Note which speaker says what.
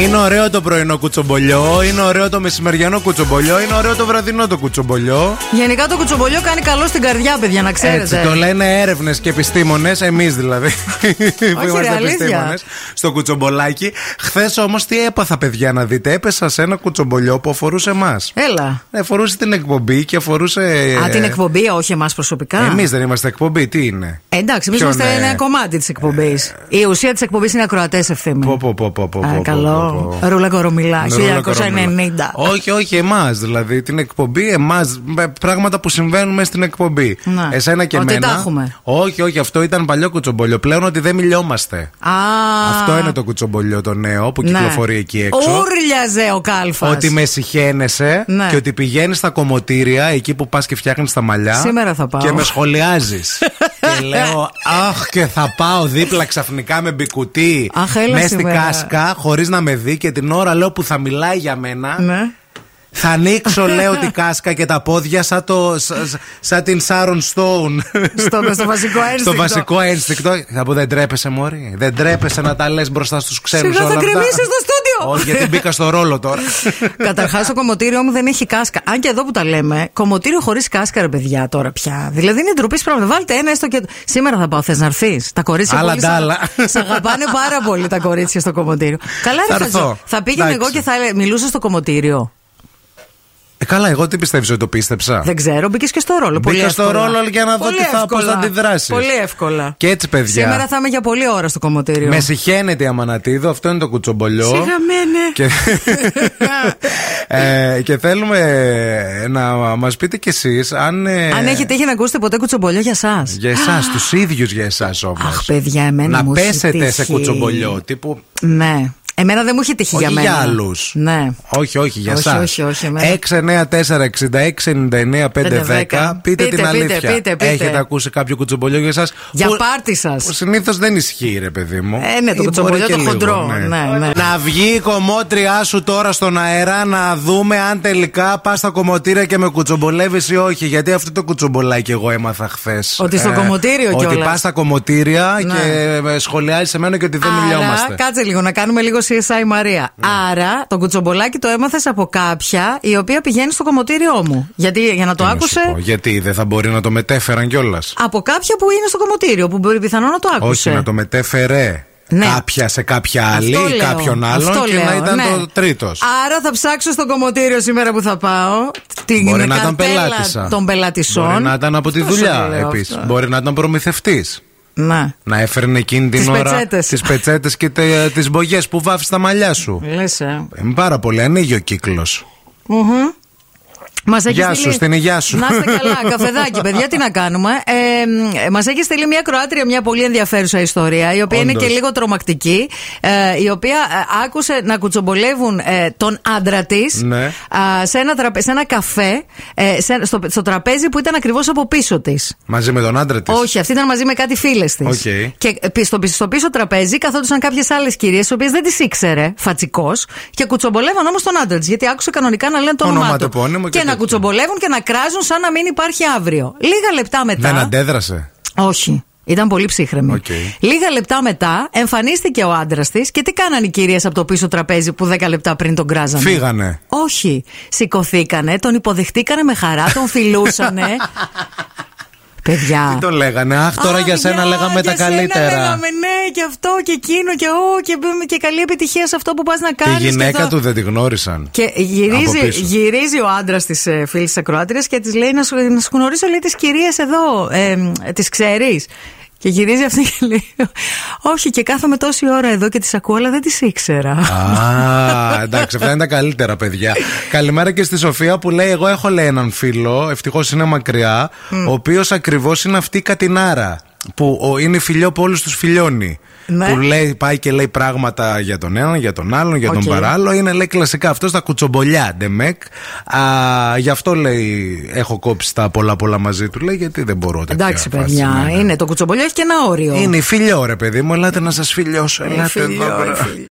Speaker 1: Είναι ωραίο το πρωινό κουτσομπολιό, είναι ωραίο το μεσημεριανό κουτσομπολιό, είναι ωραίο το βραδινό το κουτσομπολιό.
Speaker 2: Γενικά το κουτσομπολιό κάνει καλό στην καρδιά, παιδιά, να ξέρετε.
Speaker 1: Έτσι, το λένε έρευνες και επιστήμονες, εμείς δηλαδή.
Speaker 2: ρε, αλήθεια.
Speaker 1: επιστήμονες, Στο κουτσομπολάκι. Χθες όμως τι έπαθα, παιδιά, να δείτε. Έπεσα σε ένα κουτσομπολιό που αφορούσε εμάς.
Speaker 2: Έλα.
Speaker 1: Αφορούσε την εκπομπή και αφορούσε.
Speaker 2: Α, την εκπομπή, όχι εμάς προσωπικά.
Speaker 1: Εμείς δεν είμαστε εκπομπή, τι είναι.
Speaker 2: Ε, εντάξει, εμείς
Speaker 1: Ποιον,
Speaker 2: είμαστε
Speaker 1: ε,
Speaker 2: ένα κομμάτι της εκπομπής. Η ουσία της εκπομπής είναι ακροατές ευθύμη.
Speaker 1: Πω, πω, πω, πω, πω, πω, πω, πω,
Speaker 2: Παρακαλώ.
Speaker 1: πω.
Speaker 2: Ρούλα Κορομιλά,
Speaker 1: Ρούλα
Speaker 2: 1990.
Speaker 1: Κορομιλά. Όχι, όχι, εμάς. Δηλαδή την εκπομπή, εμάς. Πράγματα που συμβαίνουν μέσα στην εκπομπή.
Speaker 2: Να.
Speaker 1: Εσένα και
Speaker 2: Ναι. Ότι
Speaker 1: εμένα.
Speaker 2: τα έχουμε.
Speaker 1: Όχι, όχι, αυτό ήταν παλιό κουτσομπολιό. Πλέον ότι δεν μιλιόμαστε.
Speaker 2: Α, Ναι.
Speaker 1: Αυτό είναι το κουτσομπολιό το νέο που κυκλοφορεί εκεί έξω.
Speaker 2: Ούρλιαζε ο κάλφας.
Speaker 1: Ότι με συχαίνεσαι
Speaker 2: Ναι.
Speaker 1: και ότι πηγαίνεις στα κομμωτήρια εκεί που πας και φτιάχνεις τα μαλλιά.
Speaker 2: Σήμερα θα πάω.
Speaker 1: Και με σχολιάζεις. και λέω, Αχ, και θα πάω δίπλα ξαφνικά με μπικουτί.
Speaker 2: Αχ, έλα
Speaker 1: μες στην
Speaker 2: σήμερα.
Speaker 1: κάσκα, χωρίς να με δει και την ώρα λέω που θα μιλάει για μένα.
Speaker 2: Ναι.
Speaker 1: Θα ανοίξω, λέω, την κάσκα και τα πόδια σαν, το, σα- σα- σαν την Σάρον Στόουν.
Speaker 2: Στο- στο βασικό ένστικτο.
Speaker 1: Στο βασικό ένστικτο. Θα πω, δεν τρέπεσαι, Μωρή. Δεν τρέπεσαι να τα λες μπροστά στους ξένου
Speaker 2: Σιγά
Speaker 1: όλα
Speaker 2: θα
Speaker 1: αυτά.
Speaker 2: κρεμίσεις το στούντιο.
Speaker 1: Όχι, γιατί μπήκα στο ρόλο τώρα.
Speaker 2: Καταρχάς, το κομμωτήριό μου δεν έχει κάσκα. Αν και εδώ που τα λέμε, κομμωτήριο χωρίς κάσκα, ρε παιδιά τώρα πια. Δηλαδή είναι ντροπή πράγμα. Βάλτε ένα έστω και. Σήμερα θα πάω, θες να έρθεις. Τα κορίτσια
Speaker 1: Άλλα
Speaker 2: πολύ σε-
Speaker 1: ντάλα.
Speaker 2: Σε αγαπάνε πάρα πολύ τα κορίτσια στο κομμωτήριο. Καλά,
Speaker 1: Θα
Speaker 2: ρε
Speaker 1: έρθω.
Speaker 2: Χατζο, Θα πήγαινε
Speaker 1: Εντάξει.
Speaker 2: εγώ και θα λέ- μιλούσα στο κομμωτήριο.
Speaker 1: Ε, καλά, εγώ τι πιστεύεις ότι το πίστεψα.
Speaker 2: Δεν ξέρω, μπήκες και στο ρόλο. Πολύ
Speaker 1: Μπήκα στο
Speaker 2: εύκολα.
Speaker 1: ρόλο για να δω
Speaker 2: Πολύ
Speaker 1: τι θα-
Speaker 2: εύκολα.
Speaker 1: πώς θα αντιδράσεις.
Speaker 2: Πολύ εύκολα.
Speaker 1: Και έτσι, παιδιά.
Speaker 2: Σήμερα θα είμαι για πολλή ώρα στο κομμωτήριο.
Speaker 1: Με συχαίνεται η Αμανατίδο, αυτό είναι το κουτσομπολιό.
Speaker 2: Σιγά με, ναι.
Speaker 1: Και... ε, και θέλουμε ε, να μας πείτε κι εσείς αν. ε,
Speaker 2: Αν έχετε τύχει να ακούσετε ποτέ κουτσομπολιό για εσάς.
Speaker 1: Για εσάς, τους ίδιους για εσάς όμως.
Speaker 2: Αχ, παιδιά, εμένα
Speaker 1: Να
Speaker 2: μου έχει
Speaker 1: πέσετε σε
Speaker 2: τύχει.
Speaker 1: κουτσομπολιό. Τύπου.
Speaker 2: Ναι. Εμένα δεν μου είχε τύχει
Speaker 1: Όχι
Speaker 2: για
Speaker 1: για,
Speaker 2: μένα.
Speaker 1: άλλους.
Speaker 2: Ναι.
Speaker 1: Όχι, όχι, για
Speaker 2: Όχι,
Speaker 1: εσά.
Speaker 2: όχι, όχι, εμένα.
Speaker 1: 694-6699-510. Πείτε,
Speaker 2: Πείτε,
Speaker 1: την
Speaker 2: πείτε,
Speaker 1: αλήθεια.
Speaker 2: πείτε, πείτε.
Speaker 1: Έχετε ακούσει κάποιο κουτσομπολιό για εσά.
Speaker 2: Για πάρτι σας.
Speaker 1: Συνήθως δεν ισχύει, ρε παιδί μου.
Speaker 2: Ε, ναι, το
Speaker 1: Ή
Speaker 2: κουτσομπολιό
Speaker 1: μπορεί
Speaker 2: το
Speaker 1: και λίγο,
Speaker 2: χοντρό, ναι, ναι.
Speaker 1: Να βγει η κομμότριά σου τώρα στον αέρα να δούμε αν τελικά πας στα κομμωτήρια και με κουτσομπολεύεις ή όχι. Γιατί αυτό το κουτσομπολάκι εγώ έμαθα χθες.
Speaker 2: Ότι στο κομμωτήριο
Speaker 1: Ότι
Speaker 2: κιόλας.
Speaker 1: πας στα κομμωτήρια
Speaker 2: Ναι.
Speaker 1: και ε, σχολιάζει σε μένα και ότι δεν μιλιόμαστε. Ναι.
Speaker 2: Άρα, κάτσε λίγο να κάνουμε λίγο CSI Μαρία. Άρα, το κουτσομπολάκι το έμαθες από κάποια η οποία πηγαίνει στο κομμωτήριό μου. Γιατί για να
Speaker 1: Τι
Speaker 2: το
Speaker 1: να σου
Speaker 2: άκουσε.
Speaker 1: πω, γιατί δεν θα μπορεί να το μετέφεραν κιόλας.
Speaker 2: Από κάποια που είναι στο κομμωτήριο, που μπορεί πιθανόν να το άκουσε.
Speaker 1: Όχι, να το μετέφερε
Speaker 2: Ναι.
Speaker 1: κάποια σε κάποια άλλη
Speaker 2: Αυτό
Speaker 1: ή
Speaker 2: λέω.
Speaker 1: κάποιον άλλον
Speaker 2: Αυτό
Speaker 1: και
Speaker 2: λέω,
Speaker 1: να ήταν
Speaker 2: ναι.
Speaker 1: το τρίτος.
Speaker 2: Άρα θα ψάξω στο κομμωτήριο σήμερα που θα πάω. Την
Speaker 1: Μπορεί να ήταν
Speaker 2: καρτέλα
Speaker 1: πελάτησα.
Speaker 2: Των πελατησών.
Speaker 1: Μπορεί να ήταν από τη
Speaker 2: Αυτό σου
Speaker 1: δουλειά
Speaker 2: λέω
Speaker 1: επίσης.
Speaker 2: αυτό. Ναι.
Speaker 1: Μπορεί να ήταν προμηθευτής.
Speaker 2: Να.
Speaker 1: Να έφερνε εκείνη την
Speaker 2: Τις
Speaker 1: ώρα
Speaker 2: πετσέτες.
Speaker 1: τις πετσέτες και τις μπογιές που βάφει τα μαλλιά σου.
Speaker 2: Λες, ε.
Speaker 1: Ε, Πάρα πολύ, ανοίγει ο κύκλος.
Speaker 2: Μας έχεις
Speaker 1: Γεια
Speaker 2: στείλει-
Speaker 1: σου, στην υγεία σου.
Speaker 2: Να είστε καλά, καφεδάκι, παιδιά, τι να κάνουμε. Ε, Μας έχεις στείλει μια Κροάτρια μια πολύ ενδιαφέρουσα ιστορία, η οποία είναι
Speaker 1: Όντως.
Speaker 2: και λίγο τρομακτική. ε, η οποία ε, άκουσε να κουτσομπολεύουν ε, τον άντρα της
Speaker 1: Ναι.
Speaker 2: σε, ένα τραπε- σε ένα καφέ, ε, σε- στο, στο τραπέζι που ήταν ακριβώς από πίσω της.
Speaker 1: Μαζί με τον άντρα της.
Speaker 2: Όχι, αυτή ήταν μαζί με κάτι φίλες της.
Speaker 1: Οκ.
Speaker 2: Και ε, πι- στο, πι- στο πίσω τραπέζι καθόντουσαν κάποιες άλλες κυρίες, οι οποίες δεν τις ήξερε φατσικώ και κουτσομπολεύαν όμως τον άντρα της. Γιατί άκουσε κανονικά να λένε το
Speaker 1: Όνομα,
Speaker 2: όνομά
Speaker 1: το
Speaker 2: του.
Speaker 1: επώνυμο και
Speaker 2: και να
Speaker 1: τέτοια.
Speaker 2: κουτσομπολεύουν και να κράζουν σαν να μην υπάρχει αύριο. Λίγα λεπτά μετά.
Speaker 1: Δεν αντέδρασε.
Speaker 2: Όχι. Ήταν πολύ ψύχρεμη.
Speaker 1: Οκ.
Speaker 2: Λίγα λεπτά μετά εμφανίστηκε ο άντρας της και τι κάνανε οι κυρίες από το πίσω τραπέζι που 10 λεπτά πριν τον κράζανε.
Speaker 1: Φύγανε.
Speaker 2: Όχι. Σηκωθήκανε, τον υποδεχτήκανε με χαρά, τον φιλούσανε. Παιδιά.
Speaker 1: Τι το λέγανε. Αχ, τώρα
Speaker 2: Α,
Speaker 1: για σένα λέγαμε τα
Speaker 2: για σένα
Speaker 1: καλύτερα.
Speaker 2: λέγαμε, ναι, και αυτό και εκείνο και ο και, μπ- και καλή επιτυχία σε αυτό που πας να
Speaker 1: Τη
Speaker 2: κάνει.
Speaker 1: γυναίκα του δεν τη γνώρισαν.
Speaker 2: Και
Speaker 1: Από
Speaker 2: γυρίζει,
Speaker 1: πίσω.
Speaker 2: γυρίζει ο ε, άντρας της φίλης της Ακροάτριας και της λέει: Να σου, να σου γνωρίσω, λέει, τις κυρίες εδώ, ε, τις ξέρεις. Και γυρίζει αυτή και λέει: Όχι, και κάθομαι τόση ώρα εδώ και τις ακούω, αλλά δεν τις ήξερα.
Speaker 1: Α, εντάξει, αυτά είναι τα καλύτερα, παιδιά. Καλημέρα και στη Σοφία που λέει: Εγώ έχω λέει έναν φίλο, ευτυχώς είναι μακριά, ο οποίος ακριβώς είναι αυτή η κατινάρα. Που ο, είναι φιλιό που όλους τους φιλιώνει.
Speaker 2: Ναι.
Speaker 1: Που λέει, πάει και λέει πράγματα για τον έναν, για τον άλλον, για τον
Speaker 2: Οκ.
Speaker 1: παράλληλο. Είναι λέει κλασικά αυτός τα κουτσομπολιά, ντεμεκ. Α, γι' αυτό λέει: Έχω κόψει τα πολλά πολλά μαζί του. Λέει: Γιατί δεν μπορώ τέτοια
Speaker 2: Εντάξει,
Speaker 1: φάση,
Speaker 2: παιδιά,
Speaker 1: ναι, ναι.
Speaker 2: είναι το κουτσομπολιό, έχει και ένα όριο.
Speaker 1: Είναι φιλιό, ρε παιδί μου, ελάτε να σας φιλιώσω.
Speaker 2: Ε,
Speaker 1: Ελάτε
Speaker 2: φιλιό,
Speaker 1: εδώ
Speaker 2: ε,
Speaker 1: πέρα.
Speaker 2: φιλιό.